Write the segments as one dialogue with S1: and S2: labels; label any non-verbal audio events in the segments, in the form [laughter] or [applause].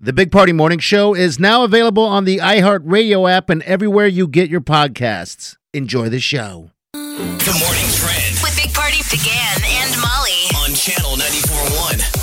S1: The Big Party Morning Show is now available on the iHeartRadio app and everywhere you get your podcasts. Enjoy the show.
S2: The morning trend
S3: With Big Party began and Molly.
S2: on channel 94.1.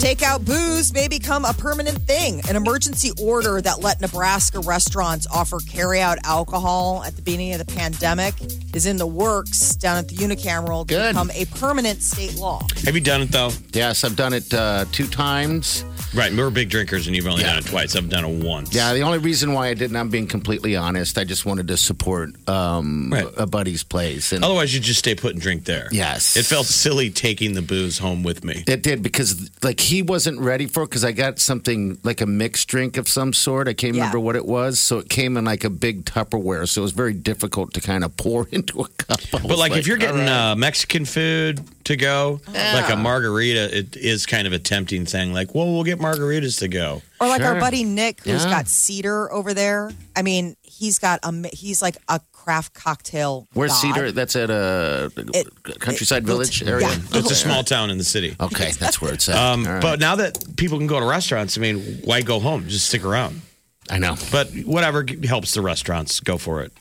S4: Takeout booze may become a permanent thing. An emergency order that let Nebraska restaurants offer carryout alcohol at the beginning of the pandemic is in the works down at the Unicameral to
S1: Good.
S4: become a permanent state law.
S5: Have you done it though?
S1: Yes, I've done it uh, two times.
S5: Right, we we're big drinkers, and you've only
S1: Yeah.
S5: done it twice. I've done it once.
S1: Yeah, the only reason why I didn't, I'm being completely honest, I just wanted to support um,
S5: Right.
S1: a buddy's place. And
S5: Otherwise, you just stay put and drink there.
S1: Yes.
S5: It felt silly taking the booze home with me.
S1: It did because like he wasn't ready for it because I got something like a mixed drink of some sort. I can't
S4: Yeah.
S1: remember what it was. So it came in like a big Tupperware. So it was very difficult to kind of [laughs] pour into a cup. I
S5: But
S1: was
S5: like, if you're
S1: all
S5: getting
S1: right.
S5: uh, Mexican food to go, like a margarita, it is kind of a tempting thing. Like, well, we'll get margaritas to go.
S4: Or like our
S1: Sure.
S4: buddy Nick, who's
S1: Yeah.
S4: got cedar over there. I mean, he's got a mi- he's like a craft cocktail.
S1: Where's
S4: god.
S1: Cedar? That's at a
S4: It-
S1: countryside
S4: it-
S1: village area.
S4: yeah. [laughs]
S5: It's a small town in the city.
S1: Oh. Okay, that's where it's at.
S5: Um,
S1: All right.
S5: But now that people can go to restaurants, I mean, why go home? Just stick around.
S1: I know.
S5: But whatever g- helps the restaurants, go for it.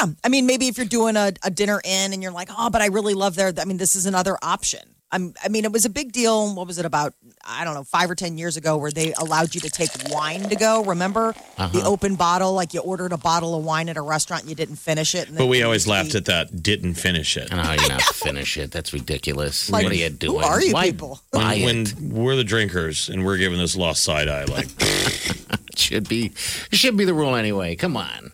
S4: Yeah, I mean, maybe if you're doing a, a dinner in and you're like, oh, but I really love their. I mean, this is another option. I'm, I mean, it was a big deal. What was it about? I don't know, five or ten years ago, where they allowed you to take wine to go. Remember
S5: Uh-huh.
S4: the open bottle? Like you ordered a bottle of wine at a restaurant, and you didn't finish it. And
S5: But
S4: then
S5: we
S4: you
S5: always
S4: just
S5: laughed at
S4: eat.
S5: that. Didn't finish it.
S1: I know how you not finish it. That's ridiculous.
S4: Like,
S1: what are you
S4: who
S1: doing?
S4: are you
S1: Why
S4: people?
S5: When,
S1: buy
S5: when
S1: it?
S5: we're the drinkers and we're giving this lost side eye, like,
S1: It should be it should be the rule anyway. Come on.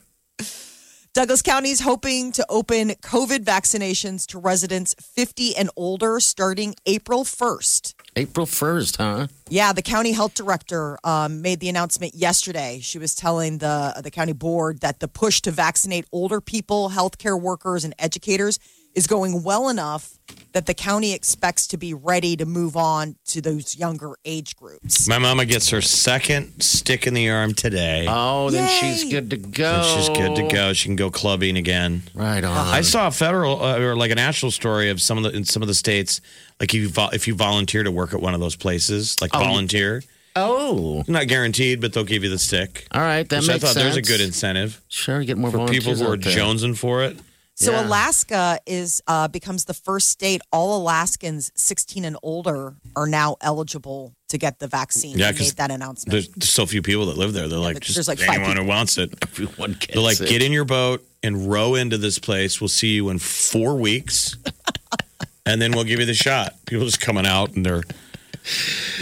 S4: Douglas County is hoping to open COVID vaccinations to residents 50 and older starting April 1st.
S1: April first, huh?
S4: Yeah, the county health director um, made the announcement yesterday. She was telling the the county board that the push to vaccinate older people, healthcare workers, and educators is going well enough that the county expects to be ready to move on to those younger age groups.
S5: My mama gets her second stick in the arm today.
S1: Oh, then
S4: Yay.
S1: she's good to go.
S5: and she's good to go. She can go clubbing again.
S1: Right on.
S4: Uh-huh.
S5: I saw a federal uh, or like a national story of some of the in some of the states, like you vo- if you volunteer to work at one of those places, like volunteer,
S1: oh.
S5: not guaranteed, but they'll give you the stick.
S1: All right, that
S5: Which I
S1: makes
S5: thought
S1: sense.
S5: there's a good incentive
S1: Sure, get more
S5: for people
S1: volunteers
S5: who are
S1: out there.
S5: jonesing for it.
S4: So
S1: Yeah.
S4: Alaska is uh, becomes the first state all Alaskans 16 and older are now eligible to get the vaccine.
S5: Yeah,
S4: They
S5: 'cause
S4: made that announcement.
S5: There's so few people that live there. They're like
S4: but
S5: just
S4: there's like five
S5: anyone who wants it.
S1: Everyone gets
S5: They're like,
S1: it.
S5: get in your boat and row into this place. We'll see you in four weeks,
S1: [laughs]
S5: and then we'll give you the shot. People just coming out in their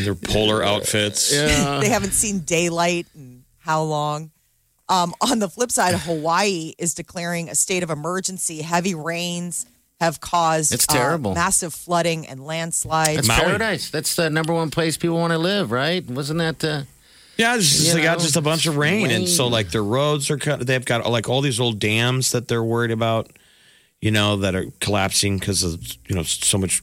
S5: their polar outfits.
S4: they haven't seen daylight and how long. Um, on the flip side, Hawaii is declaring a state of emergency. Heavy rains have caused
S1: It's
S4: uh,
S1: terrible.
S4: massive flooding and landslides.
S1: That's
S5: Maui.
S1: paradise. That's the number one place people want to live, right? Wasn't that uh, the
S5: Yeah, it's just,
S1: You
S5: they got
S1: know,
S5: just a bunch of rain, and so
S1: rain.
S5: like their roads are cut. They've got like all these old dams that they're worried about, you know, that are collapsing because of you know so much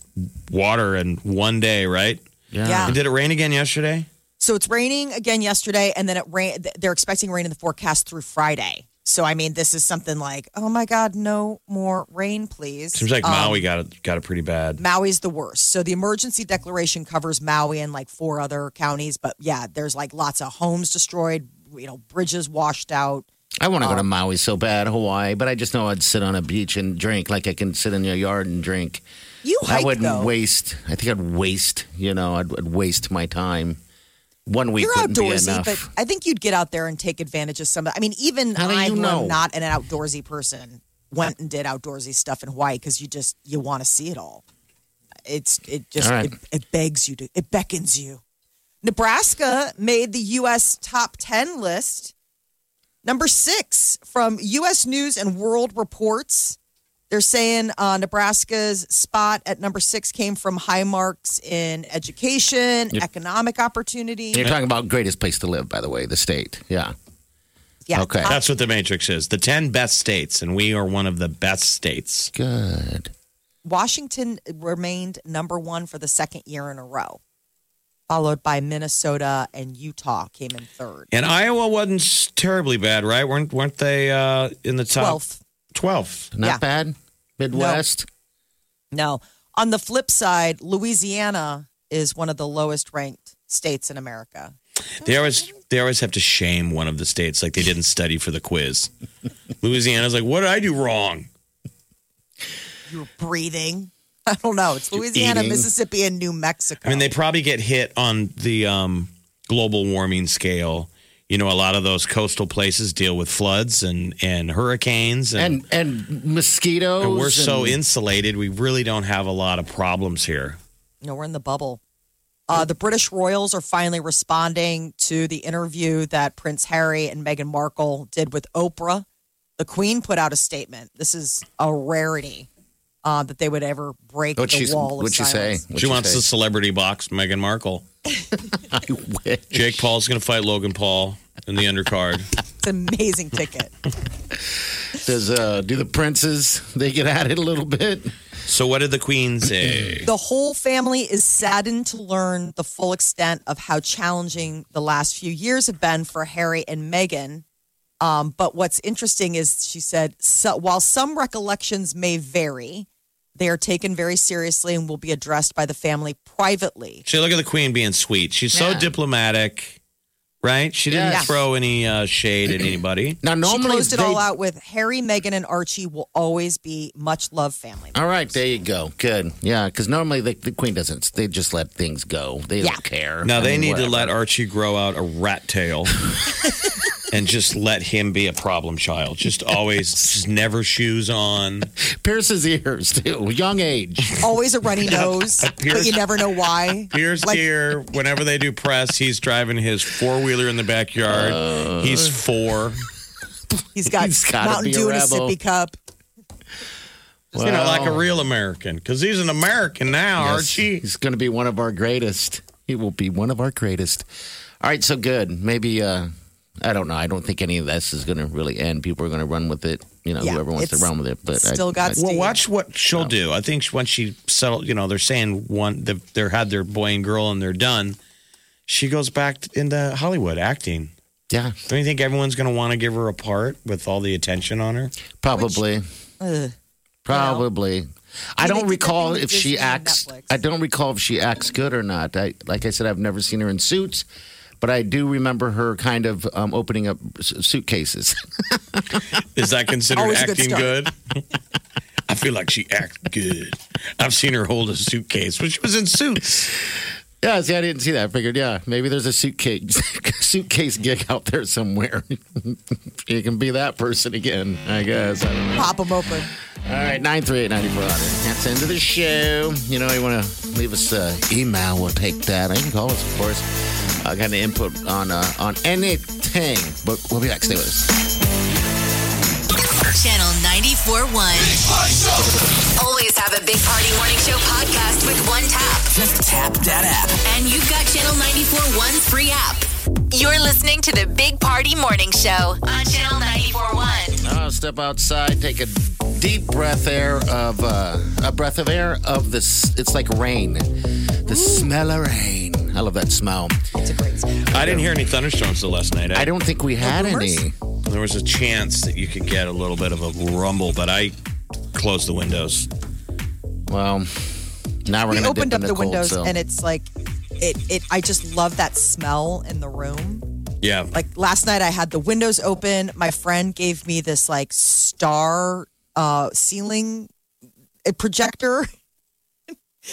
S5: water in one day, right?
S4: Yeah.
S5: And did it rain again yesterday?
S4: So it's raining again yesterday, and then it rain. They're expecting rain in the forecast through Friday. So I mean, this is something like, oh my God, no more rain, please.
S5: Seems like
S4: Um,
S5: Maui got it got it pretty bad.
S4: Maui's the worst. So the emergency declaration covers Maui and like four other counties, but yeah, there's like lots of homes destroyed, you know, bridges washed out.
S1: I want to
S4: Oh.
S1: go to Maui so bad, Hawaii, but I just know I'd sit on a beach and drink like I can sit in your yard and drink.
S4: You
S1: I
S4: hike
S1: wouldn't
S4: though.
S1: waste. I think I'd waste, you know, I'd, I'd waste my time. One week
S4: You're
S1: wouldn't be
S4: outdoorsy,
S1: enough.
S4: but I think you'd get out there and take advantage of some. I mean, even
S1: How do
S4: I,
S1: you
S4: who
S1: know?
S4: am not an outdoorsy person, went and did outdoorsy stuff in Hawaii because you just you want to see it all. It's it just
S1: All right.
S4: it, it begs you to it beckons you. Nebraska made the U.S. top ten list, number six from U.S. News and World Reports. They're saying uh, Nebraska's spot at number six came from high marks in education, economic opportunity.
S1: You're talking about greatest place to live, by the way, the state. Yeah.
S4: Yeah.
S1: Okay.
S5: That's what the Matrix is. The 10 best states, and we are one of the best states.
S1: Good.
S4: Washington remained number one for the second year in a row, followed by Minnesota and Utah came in third.
S5: And Iowa wasn't s- terribly bad, right? Weren't weren't they uh, in the top
S4: Twelfth.
S5: 12th.
S1: Not
S4: Yeah.
S1: bad. Midwest.
S4: No. On the flip side, Louisiana is one of the lowest ranked states in America.
S5: They always they always have to shame one of the states like they didn't study for the quiz. [laughs] Louisiana's like, what did I do wrong?
S4: You're breathing. [laughs] I don't know. It's Louisiana,
S1: eating.
S4: Mississippi, and New Mexico.
S5: I mean, they probably get hit on the um, global warming scale. You know, a lot of those coastal places deal with floods and and hurricanes, and,
S1: And and mosquitoes.
S5: and we're so
S1: and-
S5: insulated. We really don't have a lot of problems here.
S4: No, we're in the bubble. Uh, the British royals are finally responding to the interview that Prince Harry and Meghan Markle did with Oprah. The Queen put out a statement. This is a rarity uh, that they would ever break
S1: What'd
S4: the
S1: she,
S4: wall of
S1: what'd she say?
S4: silence.
S1: What'd
S5: she wants
S1: say?
S5: the celebrity box, Meghan Markle.
S1: I wish.
S5: Jake Paul's going to fight Logan Paul in the undercard.
S4: It's an amazing ticket.
S1: [laughs] Does uh, do the princes they get at it a little bit?
S5: so, what did the Queen [clears throat] say?
S4: The whole family is saddened to learn the full extent of how challenging the last few years have been for Harry and Meghan. Um, but what's interesting is she said, so, while some recollections may vary, they are taken very seriously and will be addressed by the family privately.
S5: See, look at the Queen being sweet. She's so
S1: Yeah.
S5: diplomatic, right? She didn't
S1: Yes.
S5: throw any uh, shade at anybody.
S1: Now
S4: she
S1: normally
S4: closed it
S1: they-
S4: all out with Harry, Meghan, and Archie will always be much loved family.
S1: All right, there you go. Good. Yeah, because normally the, the queen doesn't. They just let things go. They
S4: Yeah.
S1: don't care.
S5: Now
S1: I
S5: they
S1: mean,
S5: need to
S1: whatever.
S5: let Archie grow out a rat tail and just let him be a problem child. Just always, just never shoes on.
S1: pierce his ears too. Young age.
S4: Always
S1: [laughs]
S4: a runny nose, but you never know why.
S5: Here's
S4: Like-
S5: here. Whenever they do press, he's driving his four wheeler in the backyard. he's four.
S4: He's got
S1: He's gotta
S4: Mountain
S1: be a
S4: Dew in a
S1: rebel.
S4: sippy cup.
S5: You know, like a real American, because he's an American now, Archie.
S1: He's going to be one of our greatest. He will be one of our greatest. All right, so good. Maybe uh, I don't know. I don't think any of this is going to really end. People are going to run with it. You know,
S4: Yeah,
S1: whoever wants to
S4: it's
S1: run with it. But
S4: still
S1: I,
S4: got
S1: I-
S4: steam.
S5: Well, watch what she'll do. I think once she settled, you know, they're saying one, they've, they're had their boy and girl, and they're done. She goes back into Hollywood acting.
S1: yeah,
S5: Don't you think everyone's going to want to give her a part with all the attention on her?
S1: probably.
S4: Ugh.
S1: Probably. I
S4: they
S1: don't
S4: did that
S1: recall
S4: thing with
S1: if she
S4: Disney and
S1: acts.
S4: Netflix.
S1: I don't recall if she acts good or not. I, like I said, I've never seen her in suits, but I do remember her kind of um, opening up s- suitcases. [laughs]
S5: Is
S4: [laughs]
S5: that considered
S4: Always a good
S5: acting good?
S4: [laughs]
S5: I feel like she acts good. I've seen her hold a suitcase, but she was in suits.
S1: yeah, see, I didn't see that. I figured, yeah, maybe there's a suitcase [laughs] suitcase gig out there somewhere. [laughs] you can be that person again, I guess. I don't know.
S4: pop them open.
S1: All right, 938 That's the end of the show. You know, you want to leave us an email, we'll take that. And you can call us, of course. Uh, got any input on uh, on anything, but we'll be back. Stay with us.
S3: Channel 94.1. Always have a Big Party Morning Show podcast with one tap. Just tap that app. And you've got Channel 94.1's free app. You're listening to the Big Party Morning Show on Channel 94.1.
S1: Now Uh, step outside, take a deep breath air of uh, a breath of air of this. It's like rain, the smell of rain. I love that smell.
S5: I didn't hear any thunderstorms the last night.
S1: I don't think we had any.
S5: There was a chance that you could get a little bit of a rumble, but I closed the windows.
S1: Well, now we're
S4: We
S1: gonna dip
S4: opened up
S1: in
S4: the,
S1: the cold,
S4: windows,
S1: so-
S4: and it's like, it, it. I just love that smell in the room.
S5: Yeah,
S4: Like last night, I had the windows open. My friend gave me this like star uh, ceiling uh, projector.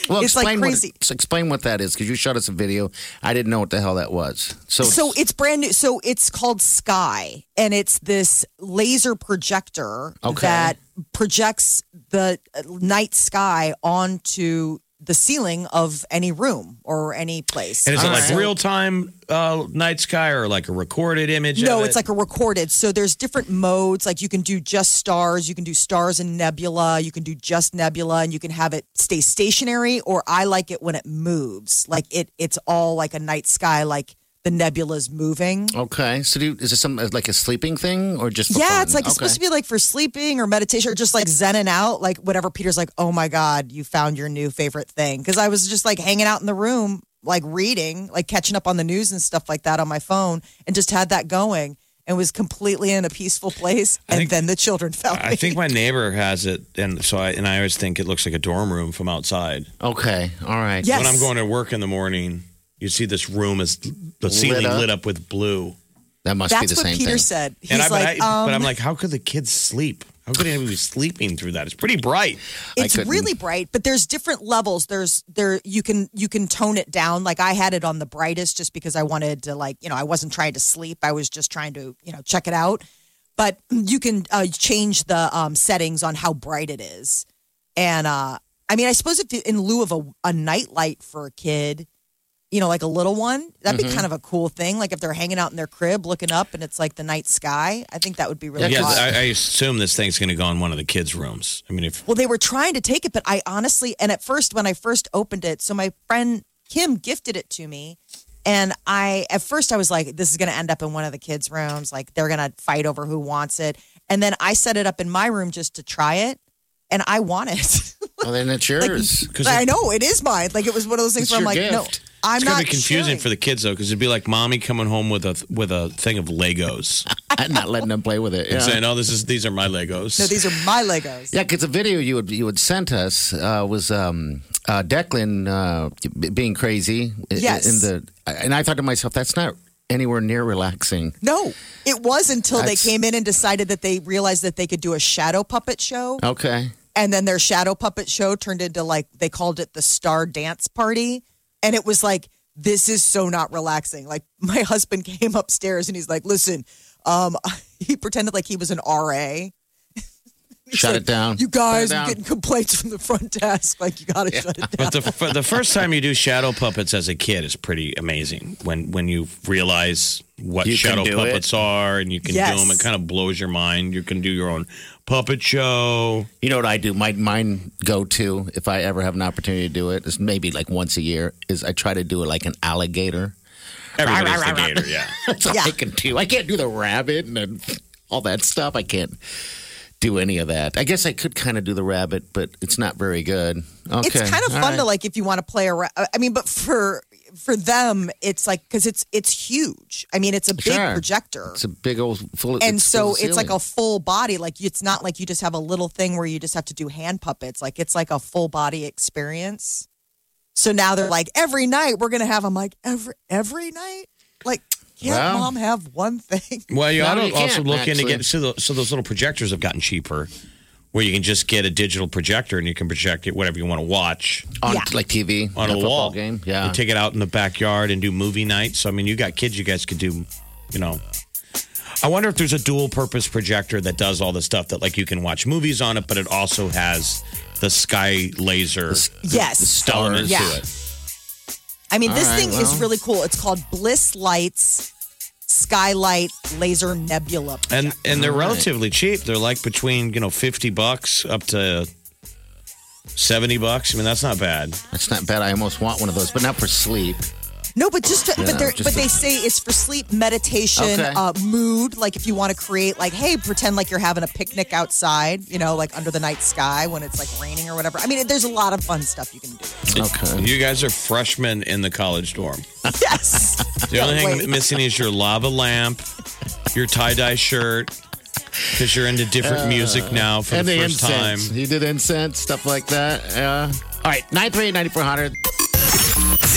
S1: Well,
S4: It's like
S1: explain what-
S4: crazy.
S1: so explain what that is because you showed us a video. I didn't know what the hell that was. So,
S4: So it's brand new. So it's called Sky, and it's this laser projector
S1: Okay.
S4: that projects the night sky uh, onto the ceiling of any room or any place.
S5: And is it
S1: All
S5: like
S1: right.
S5: real time uh, night sky or like a recorded image?
S4: No,
S5: of
S4: it's
S5: it?
S4: like a recorded. So there's different modes. Like you can do just stars, you can do stars and nebula, you can do just nebula, and you can have it stay stationary. Or I like it when it moves. Like it, it's all like a night sky, like the nebula's moving.
S1: Okay. So, do, is it some uh, like a sleeping thing or just? for
S4: yeah,
S1: fun?
S4: it's like it's
S1: Okay.
S4: supposed to be like for sleeping or meditation or just like zenning out. Like whatever. Peter's like, oh my god, you found your new favorite thing. Because I was just like hanging out in the room, like reading, like catching up on the news and stuff like that on my phone, and just had that going. And was completely in a peaceful place, and
S5: think-
S4: then the children found
S5: I
S4: me.
S5: think my neighbor has it, and so I and I always think it looks like a dorm room from outside.
S1: Okay. All right.
S4: Yes.
S5: When I'm going to work in the morning, you see this room is the ceiling
S1: up.
S5: lit up with blue.
S1: That must
S4: That's
S1: be the
S4: what
S1: same
S4: Peter
S1: thing.
S4: said. He's
S5: And I,
S4: like,
S5: but, I,
S4: um,
S5: but I'm like, how could the kids sleep? How could anybody be sleeping through that? It's pretty bright.
S4: it's
S1: couldn't.
S4: really bright but there's different levels there's there you can you can tone it down like i had it on the brightest just because i wanted to like you know i wasn't trying to sleep i was just trying to you know check it out but you can uh, change the um, settings on how bright it is and uh i mean i suppose if you- in lieu of a, a night light for a kid you know like a little one that'd
S5: Mm-hmm.
S4: be kind of a cool thing like if they're hanging out in their crib looking up and it's like the night sky i think that would be really
S5: Yeah,
S4: awesome.
S5: I, I assume this thing's going to go in one of the kids' rooms. I mean, if
S4: Well, they were trying to take it, but I honestly, and at first when I first opened it, so my friend Kim gifted it to me. And I, at first, I was like, this is going to end up in one of the kids' rooms. Like, they're going to fight over who wants it. And then I set it up in my room just to try it. And I want it. [laughs]
S1: Well, then it's yours.
S4: But I know it is mine. Like, it was one of those
S1: It's
S4: things where I'm like,
S1: your
S4: no,
S1: gift.
S4: I'm
S5: it's
S4: not.
S5: going to be confusing for the kids though, because it'd be like mommy coming home with a with a thing of Legos
S1: I'm not letting them play with it.
S5: and
S1: Yeah.
S5: saying, "Oh, this is these are my Legos."
S4: No, these are my Legos.
S1: Yeah, because the video you had, you had sent us uh, was um, uh, Declan uh, b- being crazy. i-
S4: Yes.
S1: In the and I thought to myself, that's not anywhere near relaxing.
S4: No, it was until
S1: That's-
S4: they came in and decided that they realized that they could do a shadow puppet show.
S1: Okay.
S4: and then their shadow puppet show turned into like they called it the star dance party and it was like this is so not relaxing like [laughs] my husband came upstairs and he's like listen um [laughs] he pretended like he was an ra
S1: Shut it down.
S4: you guys
S1: Shut it
S4: are
S1: down.
S4: getting complaints from the front desk like you gotta shut
S1: [laughs]
S4: it down
S5: But the f- the first time you do shadow puppets as a kid is pretty amazing. When when you realize what
S1: You can
S5: shadow
S1: do
S5: puppets are and you can do 'em,
S4: Yes.
S5: do them, it kind of blows your mind. You can do your own puppet show.
S1: You know what I do? My mine go to if I ever have an opportunity to do it is maybe like once a year is I try to do it like an alligator. [laughs]
S5: Everybody's the gator, yeah.
S1: That's all
S4: Yeah.
S1: I can do. I can't do the rabbit and the, all that stuff. I can't do any of that. I guess I could kind of do the rabbit, but it's not very good. Okay.
S4: it's kind of
S1: All
S4: fun to like if you want to play around uh, i mean but for for them it's like because it's it's huge i mean it's a big
S1: Sure.
S4: projector
S1: It's a big old full. of-
S4: and
S1: it's
S4: so
S1: full of
S4: it's like a
S1: ceiling.
S4: full body like it's not like you just have a little thing where you just have to do hand puppets like it's like a full body experience so now they're like every night we're gonna have i'm like every every night like can't
S1: Well.
S4: mom have
S1: [laughs]
S4: one thing
S5: Well, you
S1: No,
S5: ought to
S1: you
S5: also
S1: can't,
S5: look into
S1: actually.
S5: get so, tho- so those little projectors have gotten cheaper, where you can just get a digital projector and you can project it whatever you want to watch
S1: on
S4: yeah.
S1: like TV
S5: on
S1: the
S5: a
S1: football
S5: wall.
S1: game. Yeah.
S5: you take it out in the backyard and do movie nights. So I mean, you got kids, you guys could do, you know. I wonder if there's a dual purpose projector that does all this stuff that like you can watch movies on it, but it also has the sky laser
S4: yes
S1: stars.
S5: element
S4: Yeah.
S5: to it.
S4: i mean
S1: All
S4: this
S1: right,
S4: thing is
S1: well.
S4: really cool it's called bliss lights skylight laser nebula
S5: And and they're
S1: All right.
S5: relatively cheap. They're like between, you know, fifty bucks up to seventy bucks. I mean, that's not bad.
S1: That's not bad. I almost want one of those, but not for sleep.
S4: No, but just to, but they are
S1: just
S4: but
S1: to-
S4: they say it's for sleep, meditation,
S1: Okay.
S4: uh, mood. Like if you want to create, like, hey, pretend like you're having a picnic outside, you know, like under the night sky when it's like raining or whatever. I mean, there's a lot of fun stuff you can
S1: [laughs]
S4: do.
S1: Okay.
S5: You guys are freshmen in the college dorm.
S4: Yes,
S5: The only thing
S4: Wait.
S5: missing is your lava lamp, your tie dye shirt, because you're into different music now for
S1: and
S5: the
S1: the
S5: first time.
S1: incense. He did incense stuff like that. Yeah. All right. Nine three ninety four hundred.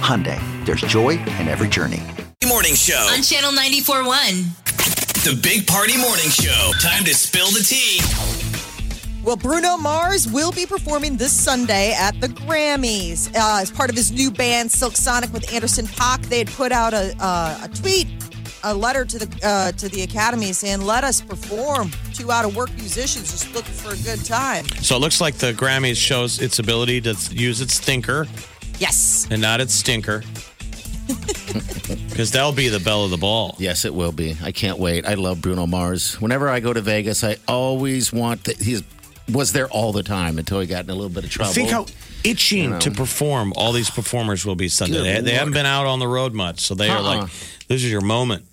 S6: Hyundai, there's joy in every journey.
S2: Morning Show.
S3: On Channel 94.1.
S2: The Big Party Morning Show. Time to spill the tea.
S4: Well, Bruno Mars will be performing this Sunday at the Grammys uh, as part of his new band Silk Sonic with Anderson Paak. They had put out a, uh, a tweet, a letter to the uh, to the Academy saying, "Let us perform." Two out of work musicians just looking for a good time.
S5: So it looks like the Grammys shows its ability to use its thinker
S4: Yes,
S5: and not its stinker. Because that'll be the bell of the ball.
S1: Yes, it will be. I can't wait. I love Bruno Mars. Whenever I go to Vegas, I always want that. He's was there all the time until he got in a little bit of trouble.
S5: Think how itching to perform all these performers will be Sunday. They, they haven't been out on the road much, so they are
S1: Uh-uh.
S5: like, this is your moment.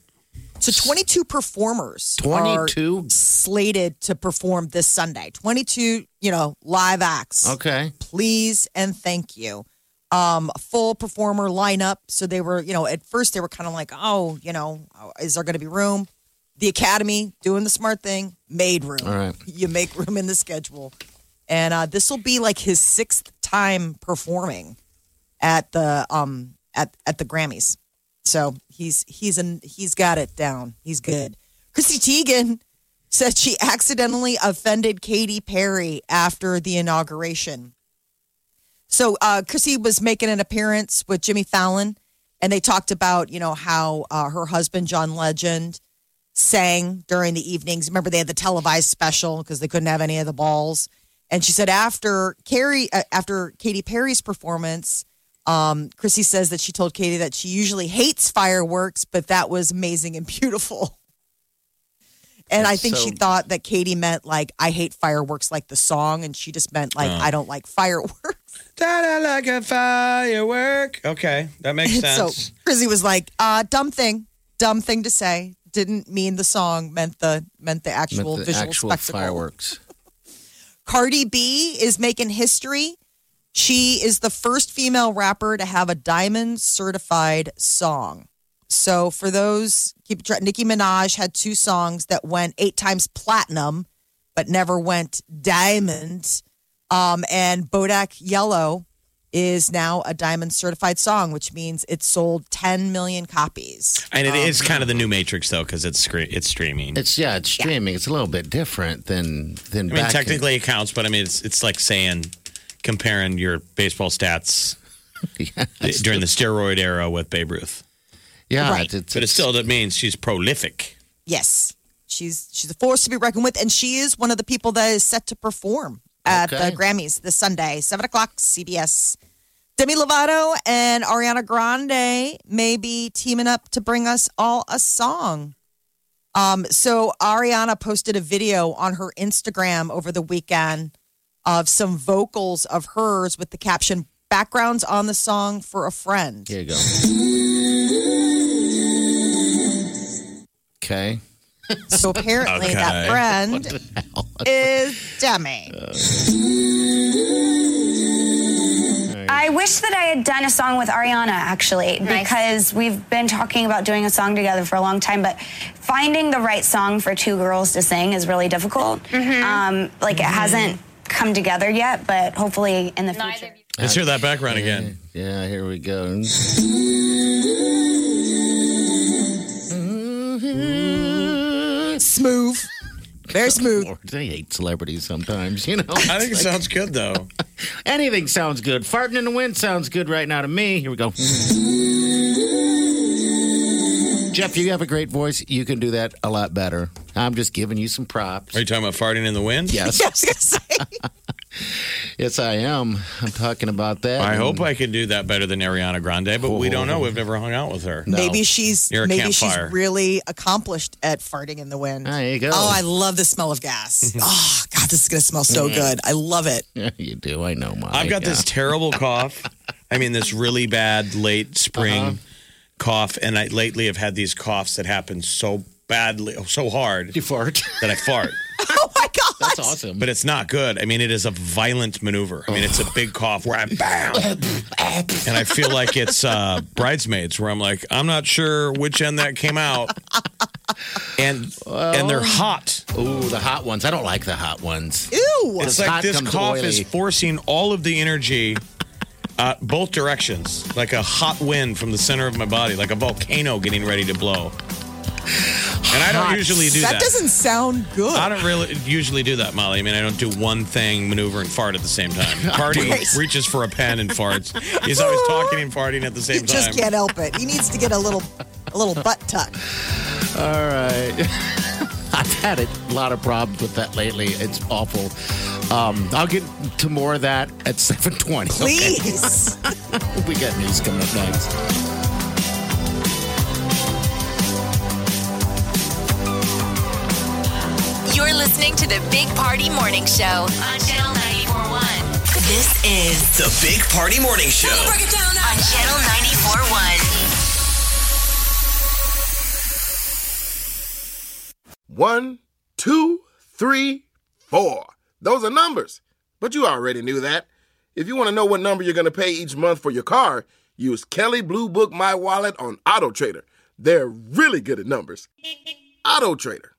S4: so 22 performers. are
S1: 22?
S4: slated to perform this Sunday. 22, you know, live acts.
S1: Okay.
S4: please and thank you. Um, a full performer lineup. So they were, you know, at first they were kind of like, oh, you know, is there going to be room? The Academy doing the smart thing, made room.
S1: All right.
S4: [laughs] You make room in the schedule. And uh, this will be like his sixth time performing at the um at at the Grammys. So he's he's an he's got it down. He's good. Chrissy Teigen said she accidentally offended Katy Perry after the inauguration. So uh, Chrissy was making an appearance with Jimmy Fallon, and they talked about you know how uh, her husband John Legend sang during the evenings. Remember they had the televised special because they couldn't have any of the balls. And she said after Carrie, uh, after Katy Perry's performance, um, Chrissy says that she told Katy that she usually hates fireworks, but that was amazing and [laughs] beautiful. And I think she
S1: so-
S4: thought that Katy meant like I hate fireworks, like the song, and she just meant like I don't like fireworks.
S5: Da-da like a firework. Okay, that makes
S4: [laughs] So
S5: sense.
S4: Chrissy was like, uh, dumb thing, dumb thing to say. Didn't mean the song, meant the meant the
S1: With
S4: actual
S1: the
S4: visual
S1: actual
S4: spectacle.
S1: fireworks.
S4: Cardi B is making history. She is the first female rapper to have a diamond certified song. So for those keep track, Nicki Minaj had two songs that went eight times platinum, but never went diamond. Um, and Bodak Yellow is now a diamond certified song, which means it sold 10 million copies.
S5: And it is kind of the new Matrix, though, because it's, scre- it's streaming.
S1: um, It's yeah, it's streaming. It's a little bit different than than
S5: I mean,
S1: back in- [laughs]
S5: technically it counts, but I mean, it's, it's like saying, comparing your baseball stats during the steroid era with Babe Ruth.
S1: yeah,
S4: Right.
S1: it's,
S5: But it still that means she's prolific.
S4: Yes, she's she's a force to be reckoned with, and she is one of the people that is set to perform at
S1: Okay.
S4: the Grammys this Sunday, seven o'clock, CBS. Demi Lovato and Ariana Grande may be teaming up to bring us all a song. Um, so Ariana posted a video on her Instagram over the weekend of some vocals of hers with the caption "Backgrounds on the song for a friend."
S1: Here you go. Okay.
S4: So apparently that
S5: Okay.
S4: friend is Demi.
S7: I wish that I had done a song with Ariana, actually, because we've been talking about doing a song together for a long time, but finding the right song for two girls to sing is really difficult. Um, like, it hasn't come together yet, but hopefully in the future.
S5: Let's hear that background again.
S1: Yeah, here we go.
S4: smooth, very smooth.
S1: Lord, I hate celebrities sometimes, you know. [laughs]
S5: I think it sounds good though.
S1: Anything sounds good. Farting in the wind sounds good right now to me. Here we go. [laughs] Jeff, you have a great voice. You can do that a lot better. I'm just giving you some props.
S5: Are you talking about farting in the wind?
S4: [laughs]
S1: Yes,
S4: I was gonna say.
S1: yes, I am. I'm talking about that.
S5: I hope I can do that better than Ariana Grande, but we don't
S1: Oh.
S5: know. We've never hung out with her.
S4: Maybe she's
S5: Near a
S4: maybe she's
S5: campfire.
S4: really accomplished at farting in the wind.
S1: There you go.
S4: Oh, I love the smell of gas.
S5: Mm-hmm.
S4: oh God, this is gonna smell so good. I love it.
S1: [laughs]
S4: [laughs]
S1: you do. I know, Mike.
S5: I've got
S1: Yeah.
S5: this terrible cough. I mean, this really bad late spring cough, and I lately have had these coughs that happen so badly, oh, so hard. You
S1: fart
S5: [laughs] that I fart.
S4: Oh my god,
S1: That's awesome.
S5: But it's not good. I mean, it is a violent maneuver. I mean, it's a big cough where I bam, and I feel like it's uh, bridesmaids, where I'm like, I'm not sure which end that came out, and and they're hot.
S1: Ooh, the hot ones. I don't like the hot ones.
S4: ew!
S5: It's
S1: It's
S5: like
S1: hot
S5: this
S1: comes
S5: cough
S1: oily.
S5: is forcing all of the energy uh, both directions, like a hot wind from the center of my body, like a volcano getting ready to blow. And I don't usually do that.
S4: That doesn't sound good.
S5: I don't really usually do that, Molly. I mean, I don't do one thing, maneuver and fart at the same time. Party reaches for a pen and farts. He's always talking and farting at the
S4: he
S5: same
S4: just
S5: time.
S4: can't help it. He needs to get a little, a little butt
S5: [laughs]
S4: tuck.
S1: All right. [laughs] I've had a lot of problems with that lately. It's awful. Um, I'll get to more of that at 720. okay?
S4: Please.
S1: We got news coming up next.
S3: You're listening to the Big Party Morning Show on Channel 941. This is
S2: The Big Party Morning Show.
S3: on Channel 941.
S8: One, two, three, four. Those are numbers, but you already knew that. If you want to know what number you're going to pay each month for your car, use Kelly Blue Book My Wallet on Auto Trader. They're really good at numbers. Auto Trader.